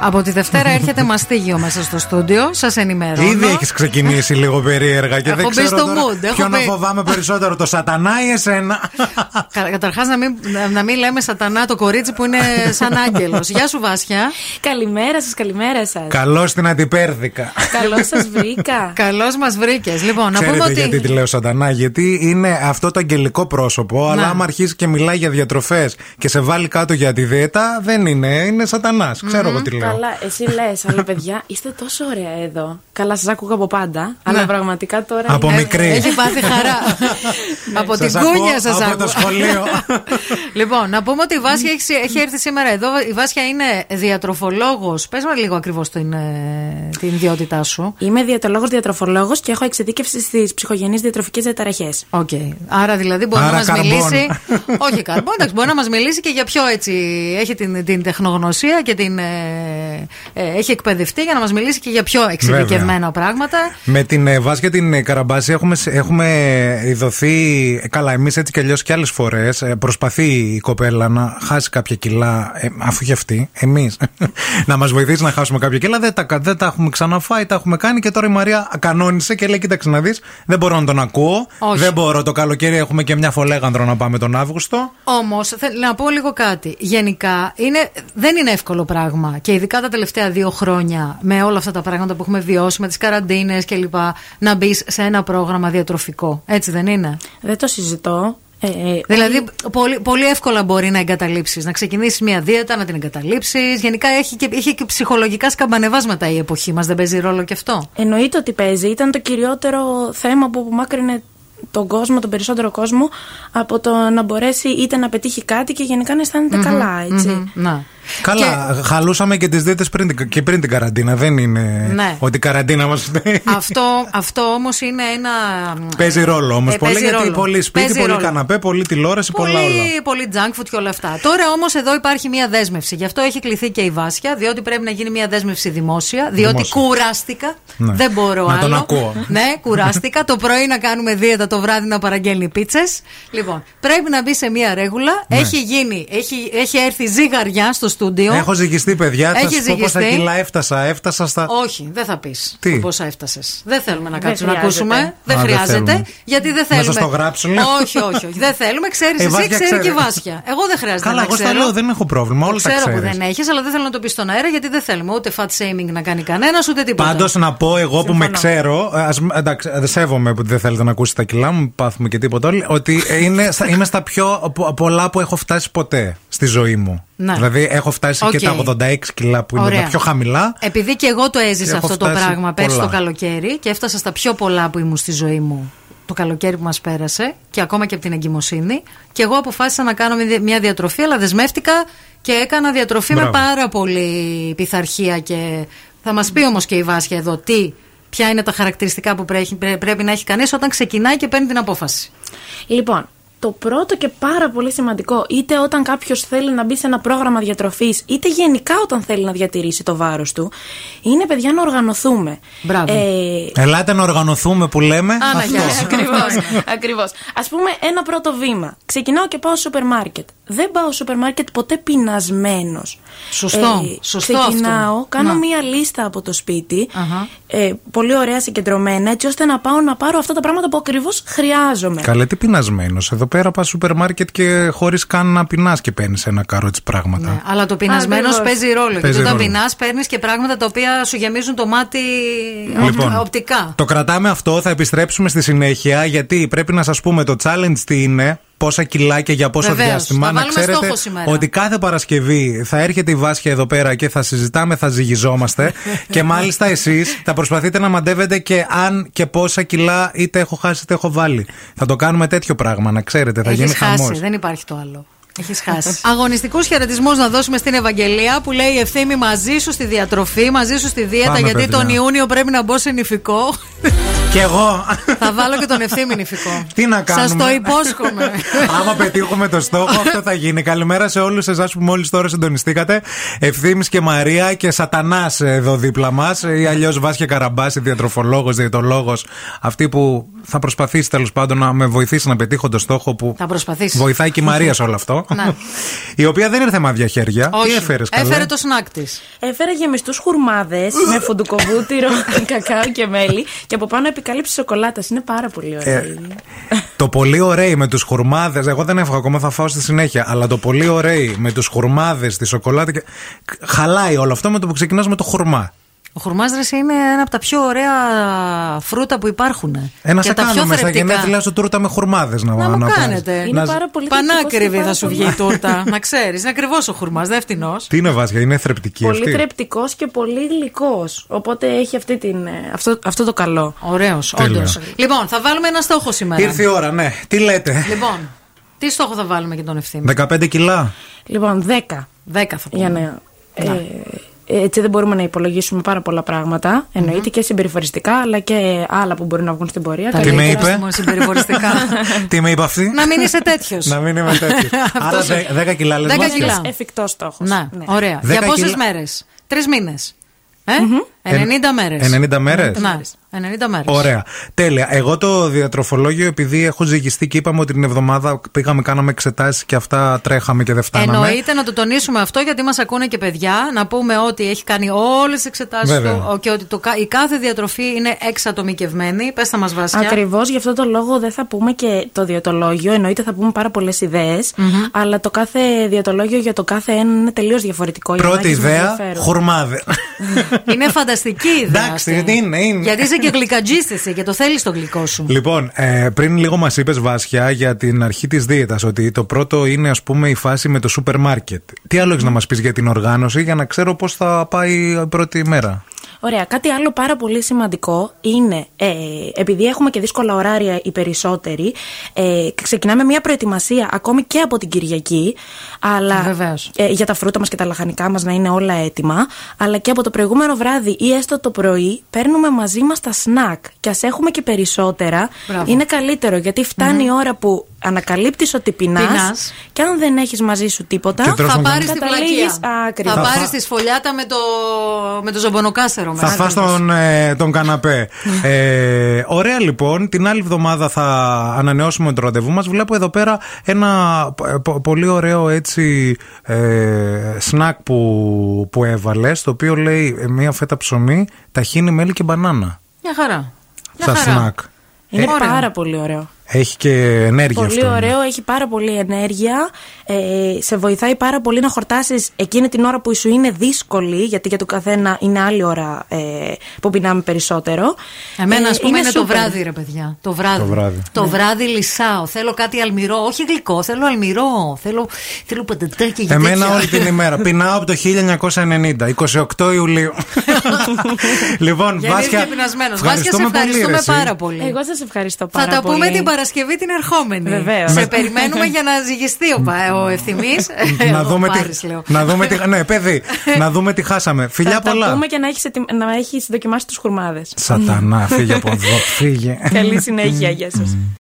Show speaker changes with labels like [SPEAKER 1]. [SPEAKER 1] Από τη Δευτέρα έρχεται μαστίγιο μέσα στο στούντιο. Σας ενημερώνω.
[SPEAKER 2] Ήδη έχεις ξεκινήσει λίγο περίεργα και
[SPEAKER 1] Έχω
[SPEAKER 2] δεν
[SPEAKER 1] μπει
[SPEAKER 2] ξέρω
[SPEAKER 1] στο
[SPEAKER 2] τώρα
[SPEAKER 1] mood, έχω
[SPEAKER 2] ποιον να
[SPEAKER 1] μπει.
[SPEAKER 2] φοβάμαι περισσότερο, το σατανά ή εσένα.
[SPEAKER 1] Καταρχάς, να μην, να μην λέμε σατανά το κορίτσι που είναι σαν άγγελος. Γεια σου, Βάσια.
[SPEAKER 3] Καλημέρα σας, καλημέρα σας.
[SPEAKER 2] Καλώς την αντιπέρδικα.
[SPEAKER 3] Καλώς σας βρήκα.
[SPEAKER 1] Καλώς μας βρήκες. Λοιπόν, να πούμε
[SPEAKER 2] Ξέρετε
[SPEAKER 1] ότι.
[SPEAKER 2] γιατί τη λέω σατανά, γιατί είναι αυτό το αγγελικό πρόσωπο,
[SPEAKER 1] Ναι.
[SPEAKER 2] αλλά άμα αρχίσει και μιλάει για διατροφές και σε βάλει κάτω για τη δίαιτα, δεν είναι, είναι σατανάς. Ξέρω εγώ τι λέω.
[SPEAKER 3] Καλά, εσύ λες, αλλά παιδιά είστε τόσο ωραία εδώ. Καλά, σας άκουγα από πάντα, αλλά πραγματικά τώρα.
[SPEAKER 2] Ναι. Από
[SPEAKER 3] είναι-
[SPEAKER 1] Ε,
[SPEAKER 2] μικρή.
[SPEAKER 1] Έχει πάθει χαρά. από την
[SPEAKER 2] Σας ακούω
[SPEAKER 1] κούνια σας
[SPEAKER 2] από το σχολείο.
[SPEAKER 1] λοιπόν, να πούμε ότι η Βάσια έχει, έχει έρθει σήμερα εδώ. Η Βάσια είναι διατροφολόγος. Πες μας λίγο ακριβώς την, ε, την ιδιότητά σου.
[SPEAKER 3] Είμαι διατολόγος διατροφολόγος και έχω εξειδίκευση στις ψυχογενείς διατροφικές διαταραχές.
[SPEAKER 1] Οκ. Άρα δηλαδή μπορεί
[SPEAKER 2] Άρα
[SPEAKER 1] να μας
[SPEAKER 2] καρμπών.
[SPEAKER 1] μιλήσει. Όχι καρμπόν, εντάξει, μπορεί να μας μιλήσει και για πιο έτσι. Έχει την, την τεχνογνωσία και την. ε, ε, έχει εκπαιδευτεί για να μας μιλήσει και για πιο εξειδικευμένα
[SPEAKER 2] Βέβαια.
[SPEAKER 1] πράγματα.
[SPEAKER 2] Με την ε, Βάσ και την ε, Καραμπάση έχουμε, σ- έχουμε ειδωθεί. ε, Καλά, εμείς έτσι κι αλλιώς και άλλες φορές. Προσπαθεί η κοπέλα να χάσει κάποια κιλά, ε, αφού και αυτή, εμείς, να μας βοηθήσει να χάσουμε κάποια κιλά. Δεν τα, κα- δεν τα έχουμε ξαναφάει, τα έχουμε κάνει και τώρα η Μαρία κανόνισε και λέει: Κοίταξε να δεις, δεν μπορώ να τον ακούω.
[SPEAKER 1] Όχι.
[SPEAKER 2] Δεν μπορώ το καλοκαίρι, έχουμε και μια φολέγανδρο να πάμε τον Αύγουστο.
[SPEAKER 1] Όμως, να πω λίγο κάτι. Γενικά, είναι, δεν είναι εύκολο πράγμα. Και ειδικά τα τελευταία δύο χρόνια, με όλα αυτά τα πράγματα που έχουμε βιώσει, με τις καραντίνες κλπ. Να μπει σε ένα πρόγραμμα διατροφικό. Έτσι δεν είναι.
[SPEAKER 3] Δεν το συζητώ. Ε, ε,
[SPEAKER 1] Δηλαδή, πολύ, πολύ εύκολα μπορεί να εγκαταλείψεις. Να ξεκινήσεις μια δίαιτα, να την εγκαταλείψεις. Γενικά, έχει και, έχει και ψυχολογικά σκαμπανεβάσματα η εποχή μας. Δεν παίζει ρόλο και αυτό.
[SPEAKER 3] Εννοείται ότι παίζει. Ήταν το κυριότερο θέμα που απομάκρυνε τον κόσμο, τον περισσότερο κόσμο, από το να μπορέσει είτε να πετύχει κάτι και γενικά να αισθανεται καλά, έτσι.
[SPEAKER 1] Να.
[SPEAKER 2] Καλά, χαλούσαμε και τις δίαιτε πριν, την- και πριν την καραντίνα. Δεν είναι
[SPEAKER 1] Ναι.
[SPEAKER 2] ότι η καραντίνα μας
[SPEAKER 1] αυτό, αυτό όμως είναι ένα.
[SPEAKER 2] Παίζει ρόλο όμως
[SPEAKER 1] Ε,
[SPEAKER 2] πολύ,
[SPEAKER 1] παίζει
[SPEAKER 2] γιατί
[SPEAKER 1] ρόλο.
[SPEAKER 2] πολύ σπίτι,
[SPEAKER 1] Παίζει
[SPEAKER 2] πολύ
[SPEAKER 1] ρόλο.
[SPEAKER 2] καναπέ, πολύ τηλεόραση, πολλά όλα.
[SPEAKER 1] Πολύ, πολύ junk food και όλα αυτά. Τώρα όμως εδώ υπάρχει μια δέσμευση. Γι' αυτό έχει κληθεί και η Βάσια, διότι πρέπει να γίνει μια δέσμευση δημόσια. Διότι
[SPEAKER 2] Δημόσια.
[SPEAKER 1] κουράστηκα.
[SPEAKER 2] Ναι.
[SPEAKER 1] Δεν μπορώ
[SPEAKER 2] Να
[SPEAKER 1] άλλο.
[SPEAKER 2] τον ακούω.
[SPEAKER 1] Ναι, κουράστηκα. το πρωί να κάνουμε δίαιτα, το βράδυ να παραγγέλνει πίτσες. Λοιπόν, πρέπει να μπει σε μια ρέγουλα. Έχει, γίνει, έχει, έχει έρθει ζυγαριά στο στούντιο.
[SPEAKER 2] Ναι. Έχω ζυγιστεί, παιδιά. Θα
[SPEAKER 1] Έχεις
[SPEAKER 2] σα πω πόσα
[SPEAKER 1] ζυγιστεί.
[SPEAKER 2] κιλά έφτασα. Έφτασα στα.
[SPEAKER 1] Όχι, δεν θα πεις
[SPEAKER 2] Τι?
[SPEAKER 1] πόσα έφτασες. Δεν θέλουμε να κάτσουμε να
[SPEAKER 3] χρειάζεται.
[SPEAKER 1] ακούσουμε. Δεν
[SPEAKER 2] Α, δεν
[SPEAKER 1] χρειάζεται.
[SPEAKER 2] θέλουμε.
[SPEAKER 1] γιατί δεν
[SPEAKER 2] Να σας
[SPEAKER 1] θέλουμε.
[SPEAKER 2] το γράψουν, λέω.
[SPEAKER 1] Όχι, όχι, όχι. Δεν θέλουμε. Ξέρεις
[SPEAKER 2] Ε,
[SPEAKER 1] εσύ,
[SPEAKER 2] Βάσια
[SPEAKER 1] ξέρει
[SPEAKER 2] ξέρει.
[SPEAKER 1] και η Βάσια. Εγώ δεν χρειάζεται
[SPEAKER 2] Καλά,
[SPEAKER 1] να
[SPEAKER 2] εγώ
[SPEAKER 1] ξέρω.
[SPEAKER 2] στα λέω, δεν έχω πρόβλημα. Όλα τα
[SPEAKER 1] ξέρω που
[SPEAKER 2] ξέρεις.
[SPEAKER 1] δεν έχεις, αλλά δεν θέλω να το πεις στον αέρα γιατί δεν θέλουμε ούτε fat shaming να κάνει κανένας ούτε τίποτα.
[SPEAKER 2] Πάντως να πω εγώ που με
[SPEAKER 3] Συμφωνώ.
[SPEAKER 2] ξέρω, ας, εντάξει, δεν σέβομαι που δεν θέλετε να ακούσετε τα κιλά μου, πάθουμε και τίποτα όλοι, ότι ε, είναι, στα- είμαι στα πιο πο- πολλά που έχω φτάσει ποτέ στη ζωή μου.
[SPEAKER 1] Ναι.
[SPEAKER 2] Δηλαδή έχω φτάσει
[SPEAKER 1] Οκ.
[SPEAKER 2] και τα 86 κιλά που είναι
[SPEAKER 1] Ωραία.
[SPEAKER 2] τα πιο χαμηλά.
[SPEAKER 1] Επειδή και εγώ το έζησα
[SPEAKER 2] Και έχω
[SPEAKER 1] αυτό το
[SPEAKER 2] φτάσει
[SPEAKER 1] πράγμα πέρσι
[SPEAKER 2] πολλά.
[SPEAKER 1] το καλοκαίρι και έφτασα στα πιο πολλά που ήμουν στη ζωή μου το καλοκαίρι που μας πέρασε και ακόμα και από την εγκυμοσύνη. Και εγώ αποφάσισα να κάνω μια δια- μια διατροφή, αλλά δεσμεύτηκα και έκανα διατροφή με
[SPEAKER 2] Μπράβο.
[SPEAKER 1] πάρα πολύ πειθαρχία. Και θα μας πει όμως και η Βάσια εδώ τι, ποια είναι τα χαρακτηριστικά που πρέχει- πρέ- πρέπει να έχει κανείς όταν ξεκινάει και παίρνει την απόφαση.
[SPEAKER 3] Λοιπόν, το πρώτο και πάρα πολύ σημαντικό, είτε όταν κάποιος θέλει να μπει σε ένα πρόγραμμα διατροφής, είτε γενικά όταν θέλει να διατηρήσει το βάρος του, είναι παιδιά να οργανωθούμε.
[SPEAKER 1] Μπράβο.
[SPEAKER 3] Ε,
[SPEAKER 2] Ελάτε να οργανωθούμε που λέμε.
[SPEAKER 1] Άνα,
[SPEAKER 2] Αυτό.
[SPEAKER 1] γεια σου.
[SPEAKER 3] Ακριβώς, ακριβώς. Ας πούμε ένα πρώτο βήμα. Ξεκινάω και πάω στο σούπερ μάρκετ. Δεν πάω στο σούπερ μάρκετ ποτέ πεινασμένος. Ε,
[SPEAKER 1] Σωστό, σωστό αυτό.
[SPEAKER 3] Ξεκινάω, κάνω
[SPEAKER 1] Να.
[SPEAKER 3] μία λίστα από το σπίτι,
[SPEAKER 1] Αχα.
[SPEAKER 3] ε, πολύ ωραία συγκεντρωμένα, έτσι ώστε να πάω να πάρω αυτά τα πράγματα που ακριβώς χρειάζομαι.
[SPEAKER 2] Καλέ, τι πεινασμένο. Εδώ πέρα πας σούπερ μάρκετ και χωρίς καν να πεινάς και παίρνεις ένα καρότσι πράγματα.
[SPEAKER 1] Ναι, αλλά το πεινασμένο
[SPEAKER 3] Ακριβώς.
[SPEAKER 1] παίζει ρόλο.
[SPEAKER 2] Παίζει
[SPEAKER 1] γιατί όταν
[SPEAKER 2] ρόλο.
[SPEAKER 1] πεινάς, παίρνεις και πράγματα τα οποία σου γεμίζουν το μάτι οπ- οπτικά.
[SPEAKER 2] Λοιπόν, Το κρατάμε αυτό, θα επιστρέψουμε στη συνέχεια γιατί πρέπει να σας πούμε το challenge τι είναι. Πόσα κιλά και για πόσο
[SPEAKER 1] Βεβαίως,
[SPEAKER 2] διάστημα.
[SPEAKER 1] θα
[SPEAKER 2] Να
[SPEAKER 1] βάλουμε
[SPEAKER 2] ξέρετε
[SPEAKER 1] στόχο σήμερα.
[SPEAKER 2] ότι κάθε Παρασκευή θα έρχεται η Βάσια εδώ πέρα και θα συζητάμε, θα ζυγιζόμαστε. και μάλιστα εσείς θα προσπαθείτε να μαντεύετε και αν και πόσα κιλά είτε έχω χάσει είτε έχω βάλει. Θα το κάνουμε τέτοιο πράγμα, να ξέρετε. Θα γίνει
[SPEAKER 1] Έχεις χάσει,
[SPEAKER 2] χαμός.
[SPEAKER 1] δεν υπάρχει το άλλο. Έχεις χάσει. Αγωνιστικού χαιρετισμού να δώσουμε στην Ευαγγελία που λέει ευθύμη μαζί σου στη διατροφή, μαζί σου στη δίαιτα,
[SPEAKER 2] Πάμε,
[SPEAKER 1] γιατί
[SPEAKER 2] παιδιά.
[SPEAKER 1] τον Ιούνιο πρέπει να μπω σε νηφικό.
[SPEAKER 2] Και εγώ.
[SPEAKER 1] Θα βάλω και τον ευθύμη νηφικό.
[SPEAKER 2] Τι να κάνουμε.
[SPEAKER 1] Σας το υπόσχομαι.
[SPEAKER 2] Άμα πετύχουμε το στόχο, αυτό θα γίνει. Καλημέρα σε όλους εσάς που μόλις τώρα συντονιστήκατε. Ευθύμης και Μαρία και Σατανάς εδώ δίπλα μας. Ή αλλιώς Βάσκε Καραμπάση, διατροφολόγος, διαιτολόγος. Αυτή που θα προσπαθήσει τέλος πάντων να με βοηθήσει να πετύχω το στόχο που.
[SPEAKER 1] Θα προσπαθήσει.
[SPEAKER 2] Βοηθάει και η Μαρία σε όλο αυτό.
[SPEAKER 1] Ναι.
[SPEAKER 2] Η οποία δεν ήρθε με άδεια χέρια. Τι έφερε καλά.
[SPEAKER 1] Έφερε το σνακ της.
[SPEAKER 3] Έφερε γεμιστούς χουρμάδες με φουντουκοβούτυρο, κακάο και μέλι. Και από πάνω επικάλυψη σοκολάτα. Είναι πάρα πολύ ωραία.
[SPEAKER 2] Ε, το πολύ ωραίο με τους χουρμάδες. Εγώ δεν έφαγα ακόμα, θα φάω στη συνέχεια. Αλλά το πολύ ωραίο με τους χουρμάδες, τη σοκολάτα. Και... Χαλάει όλο αυτό με το που ξεκινάς με το χουρμά.
[SPEAKER 1] Ο χουρμάζρες είναι ένα από τα πιο ωραία φρούτα που υπάρχουν.
[SPEAKER 2] Ένα
[SPEAKER 1] Και
[SPEAKER 2] σε
[SPEAKER 1] τα πιο
[SPEAKER 2] κάνουμε στα
[SPEAKER 1] θρεπτικά.
[SPEAKER 2] γενέθλιά σου τούρτα με χουρμάδες να
[SPEAKER 1] Να μου
[SPEAKER 2] να πάρεις.
[SPEAKER 1] κάνετε.
[SPEAKER 3] Είναι
[SPEAKER 2] Να-
[SPEAKER 3] πάρα πολύ
[SPEAKER 1] Πανάκριβη θα σου βγει η
[SPEAKER 3] το.
[SPEAKER 1] τούρτα. να ξέρεις. Είναι ακριβώς ο χουρμάς, δεν φτηνό.
[SPEAKER 2] Τι είναι βάσια, είναι θρεπτική
[SPEAKER 3] Πολύ
[SPEAKER 2] αυτή.
[SPEAKER 3] θρεπτικός και πολύ γλυκό. Οπότε έχει αυτή την, ε, αυτό, αυτό το καλό.
[SPEAKER 1] Ωραίος,
[SPEAKER 2] Τέλεια.
[SPEAKER 1] όντως. Λοιπόν, θα βάλουμε ένα στόχο σήμερα.
[SPEAKER 2] Ήρθε η ώρα, ναι. Τι λέτε.
[SPEAKER 1] Λοιπόν, τι στόχο θα βάλουμε για τον ευθύνη.
[SPEAKER 2] 15 κιλά.
[SPEAKER 3] Λοιπόν, 10
[SPEAKER 1] Δέκα θα πούμε.
[SPEAKER 3] για να.
[SPEAKER 1] Ναι.
[SPEAKER 3] Ε, έτσι δεν μπορούμε να υπολογίσουμε πάρα πολλά πράγματα. Εννοείται και συμπεριφοριστικά, αλλά και άλλα που μπορεί να βγουν στην πορεία.
[SPEAKER 1] Τα
[SPEAKER 2] Τι
[SPEAKER 1] λέει
[SPEAKER 2] με
[SPEAKER 1] και
[SPEAKER 2] είπε?
[SPEAKER 1] ένας μόνο συμπεριφοριστικά.
[SPEAKER 2] Τι με είπε αυτή.
[SPEAKER 1] να μην είσαι τέτοιος.
[SPEAKER 2] Να μην είμαι τέτοιος. Άρα
[SPEAKER 1] Αυτός είναι.
[SPEAKER 2] 10 κιλά λες.
[SPEAKER 1] Δέκα κιλά.
[SPEAKER 3] Ένας εφικτός στόχος.
[SPEAKER 1] Να,
[SPEAKER 3] Ναι.
[SPEAKER 1] ωραία.
[SPEAKER 2] Δέκα
[SPEAKER 1] Για πόσες
[SPEAKER 2] κιλά.
[SPEAKER 1] μέρες. Τρεις μήνες. Ε? 90 μέρε.
[SPEAKER 2] 90 μέρες.
[SPEAKER 1] Να, 90 μέρε.
[SPEAKER 2] Ωραία. Τέλεια. Εγώ το διατροφολόγιο, επειδή έχω ζυγιστεί και είπαμε ότι την εβδομάδα πήγαμε, κάναμε εξετάσεις και αυτά τρέχαμε και δεν φτάναμε.
[SPEAKER 1] Εννοείται να το τονίσουμε αυτό γιατί μας ακούνε και παιδιά. Να πούμε ότι έχει κάνει όλες τις εξετάσεις
[SPEAKER 2] Βέβαια.
[SPEAKER 1] του ο- και ότι το, κα- η κάθε διατροφή είναι εξατομικευμένη. Πες τα μα βασικά.
[SPEAKER 3] Ακριβώς γι' αυτό το λόγο δεν θα πούμε και το διαιτολόγιο. Εννοείται θα πούμε πάρα πολλές αλλά το κάθε διαιτολόγιο για το κάθε ένα είναι τελείως διαφορετικό. Οι
[SPEAKER 2] Πρώτη
[SPEAKER 3] ανάγκες μας
[SPEAKER 2] ιδέα,
[SPEAKER 3] διαφέρουν.
[SPEAKER 2] χουρμάδε.
[SPEAKER 1] Είναι φανταστική η ιδέα.
[SPEAKER 2] Εντάξει,
[SPEAKER 1] αυτή.
[SPEAKER 2] είναι, είναι.
[SPEAKER 1] Γιατί είσαι και γλυκατζής εσύ και το θέλεις το γλυκό σου.
[SPEAKER 2] Λοιπόν, ε, πριν λίγο μας είπες, Βάσια, για την αρχή της δίαιτας ότι το πρώτο είναι, ας πούμε, η φάση με το σούπερ μάρκετ. Τι άλλο έχεις να μας πεις για την οργάνωση, για να ξέρω πώς θα πάει η πρώτη μέρα.
[SPEAKER 3] Ωραία. Κάτι άλλο πάρα πολύ σημαντικό είναι, ε, επειδή έχουμε και δύσκολα ωράρια οι περισσότεροι, ε, ξεκινάμε μια προετοιμασία ακόμη και από την Κυριακή. Αλλά
[SPEAKER 1] Βεβαίως.
[SPEAKER 3] ε, για τα φρούτα μας και τα λαχανικά μας να είναι όλα έτοιμα. Αλλά και από το προηγούμενο βράδυ ή έστω το πρωί παίρνουμε μαζί μας τα σνακ. Και ας έχουμε και περισσότερα,
[SPEAKER 1] Μπράβο. Ναι.
[SPEAKER 3] είναι καλύτερο. Γιατί φτάνει η ώρα που ανακαλύπτεις ότι πεινάς.
[SPEAKER 1] Πεινάς.
[SPEAKER 3] Και αν δεν έχεις μαζί σου τίποτα.
[SPEAKER 2] Και τρως
[SPEAKER 1] Θα
[SPEAKER 2] Τρώσουμε
[SPEAKER 1] πάρει
[SPEAKER 2] τα-
[SPEAKER 1] την
[SPEAKER 3] Καταλήγεις
[SPEAKER 1] πλακία.
[SPEAKER 3] άκρη.
[SPEAKER 1] Θα
[SPEAKER 3] Θα
[SPEAKER 1] πάρεις
[SPEAKER 2] φά-
[SPEAKER 1] τη σφολιάτα με το, με το ζωμπονοκάσερο
[SPEAKER 2] Θα
[SPEAKER 1] μέσα.
[SPEAKER 2] φας τον, ε, τον καναπέ. ε, ωραία λοιπόν, την άλλη εβδομάδα θα ανανεώσουμε το ραντεβού μας. Βλέπω εδώ πέρα ένα ε, πο- πολύ ωραίο έτσι ε, σνακ που, που έβαλες, το οποίο λέει ε, μία φέτα ψωμί, ταχίνι, μέλι και μπανάνα.
[SPEAKER 1] Μια χαρά. Μια
[SPEAKER 2] Στα
[SPEAKER 1] χαρά.
[SPEAKER 2] σνακ.
[SPEAKER 3] Είναι
[SPEAKER 2] Ε,
[SPEAKER 1] Ωραίο.
[SPEAKER 3] πάρα πολύ ωραίο.
[SPEAKER 2] Έχει και ενέργεια
[SPEAKER 3] Πολύ
[SPEAKER 2] αυτό. ναι.
[SPEAKER 3] ωραίο, έχει πάρα πολύ ενέργεια. Ε, σε βοηθάει πάρα πολύ να χορτάσεις εκείνη την ώρα που σου είναι δύσκολη, γιατί για τον καθένα είναι άλλη ώρα ε, που πεινάμε περισσότερο.
[SPEAKER 1] Εμένα,
[SPEAKER 3] Ε,
[SPEAKER 1] ας πούμε, είναι, το
[SPEAKER 3] super.
[SPEAKER 1] βράδυ, ρε παιδιά. Το βράδυ.
[SPEAKER 2] Το βράδυ. ναι.
[SPEAKER 1] Το βράδυ λυσάω. Θέλω κάτι αλμυρό. Όχι γλυκό, θέλω αλμυρό. Θέλω, θέλω πατατάκια και
[SPEAKER 2] Εμένα
[SPEAKER 1] τέτοια.
[SPEAKER 2] όλη την ημέρα. Πεινάω από το 1990, 28 Ιουλίου. λοιπόν,
[SPEAKER 1] Γιατί είσαι
[SPEAKER 2] Βάσκια,
[SPEAKER 1] και πεινασμένος. Βάσκια, σε
[SPEAKER 2] ευχαριστούμε πολύ,
[SPEAKER 1] ευχαριστούμε
[SPEAKER 2] ρε, εσύ.
[SPEAKER 1] πάρα πολύ.
[SPEAKER 3] Εγώ σας ευχαριστώ
[SPEAKER 1] Θα
[SPEAKER 3] πάρα
[SPEAKER 1] τα
[SPEAKER 3] πολύ.
[SPEAKER 1] πούμε την Παρασκευή την ερχόμενη.
[SPEAKER 3] Βεβαίως.
[SPEAKER 1] Σε
[SPEAKER 3] Με-
[SPEAKER 1] περιμένουμε για να ζυγιστεί ο, Πα- ο ευθυμής.
[SPEAKER 3] Ε,
[SPEAKER 2] να δούμε, τι, να δούμε τι. Ναι, παιδί, να δούμε τι χάσαμε. Φιλιά
[SPEAKER 3] Θα τα
[SPEAKER 2] πολλά.
[SPEAKER 3] πούμε και να έχεις να έχεις δοκιμάσει τους χουρμάδες.
[SPEAKER 2] Σατανά, φύγε από εδώ, φύγε.
[SPEAKER 3] Καλή συνέχεια, γεια σας.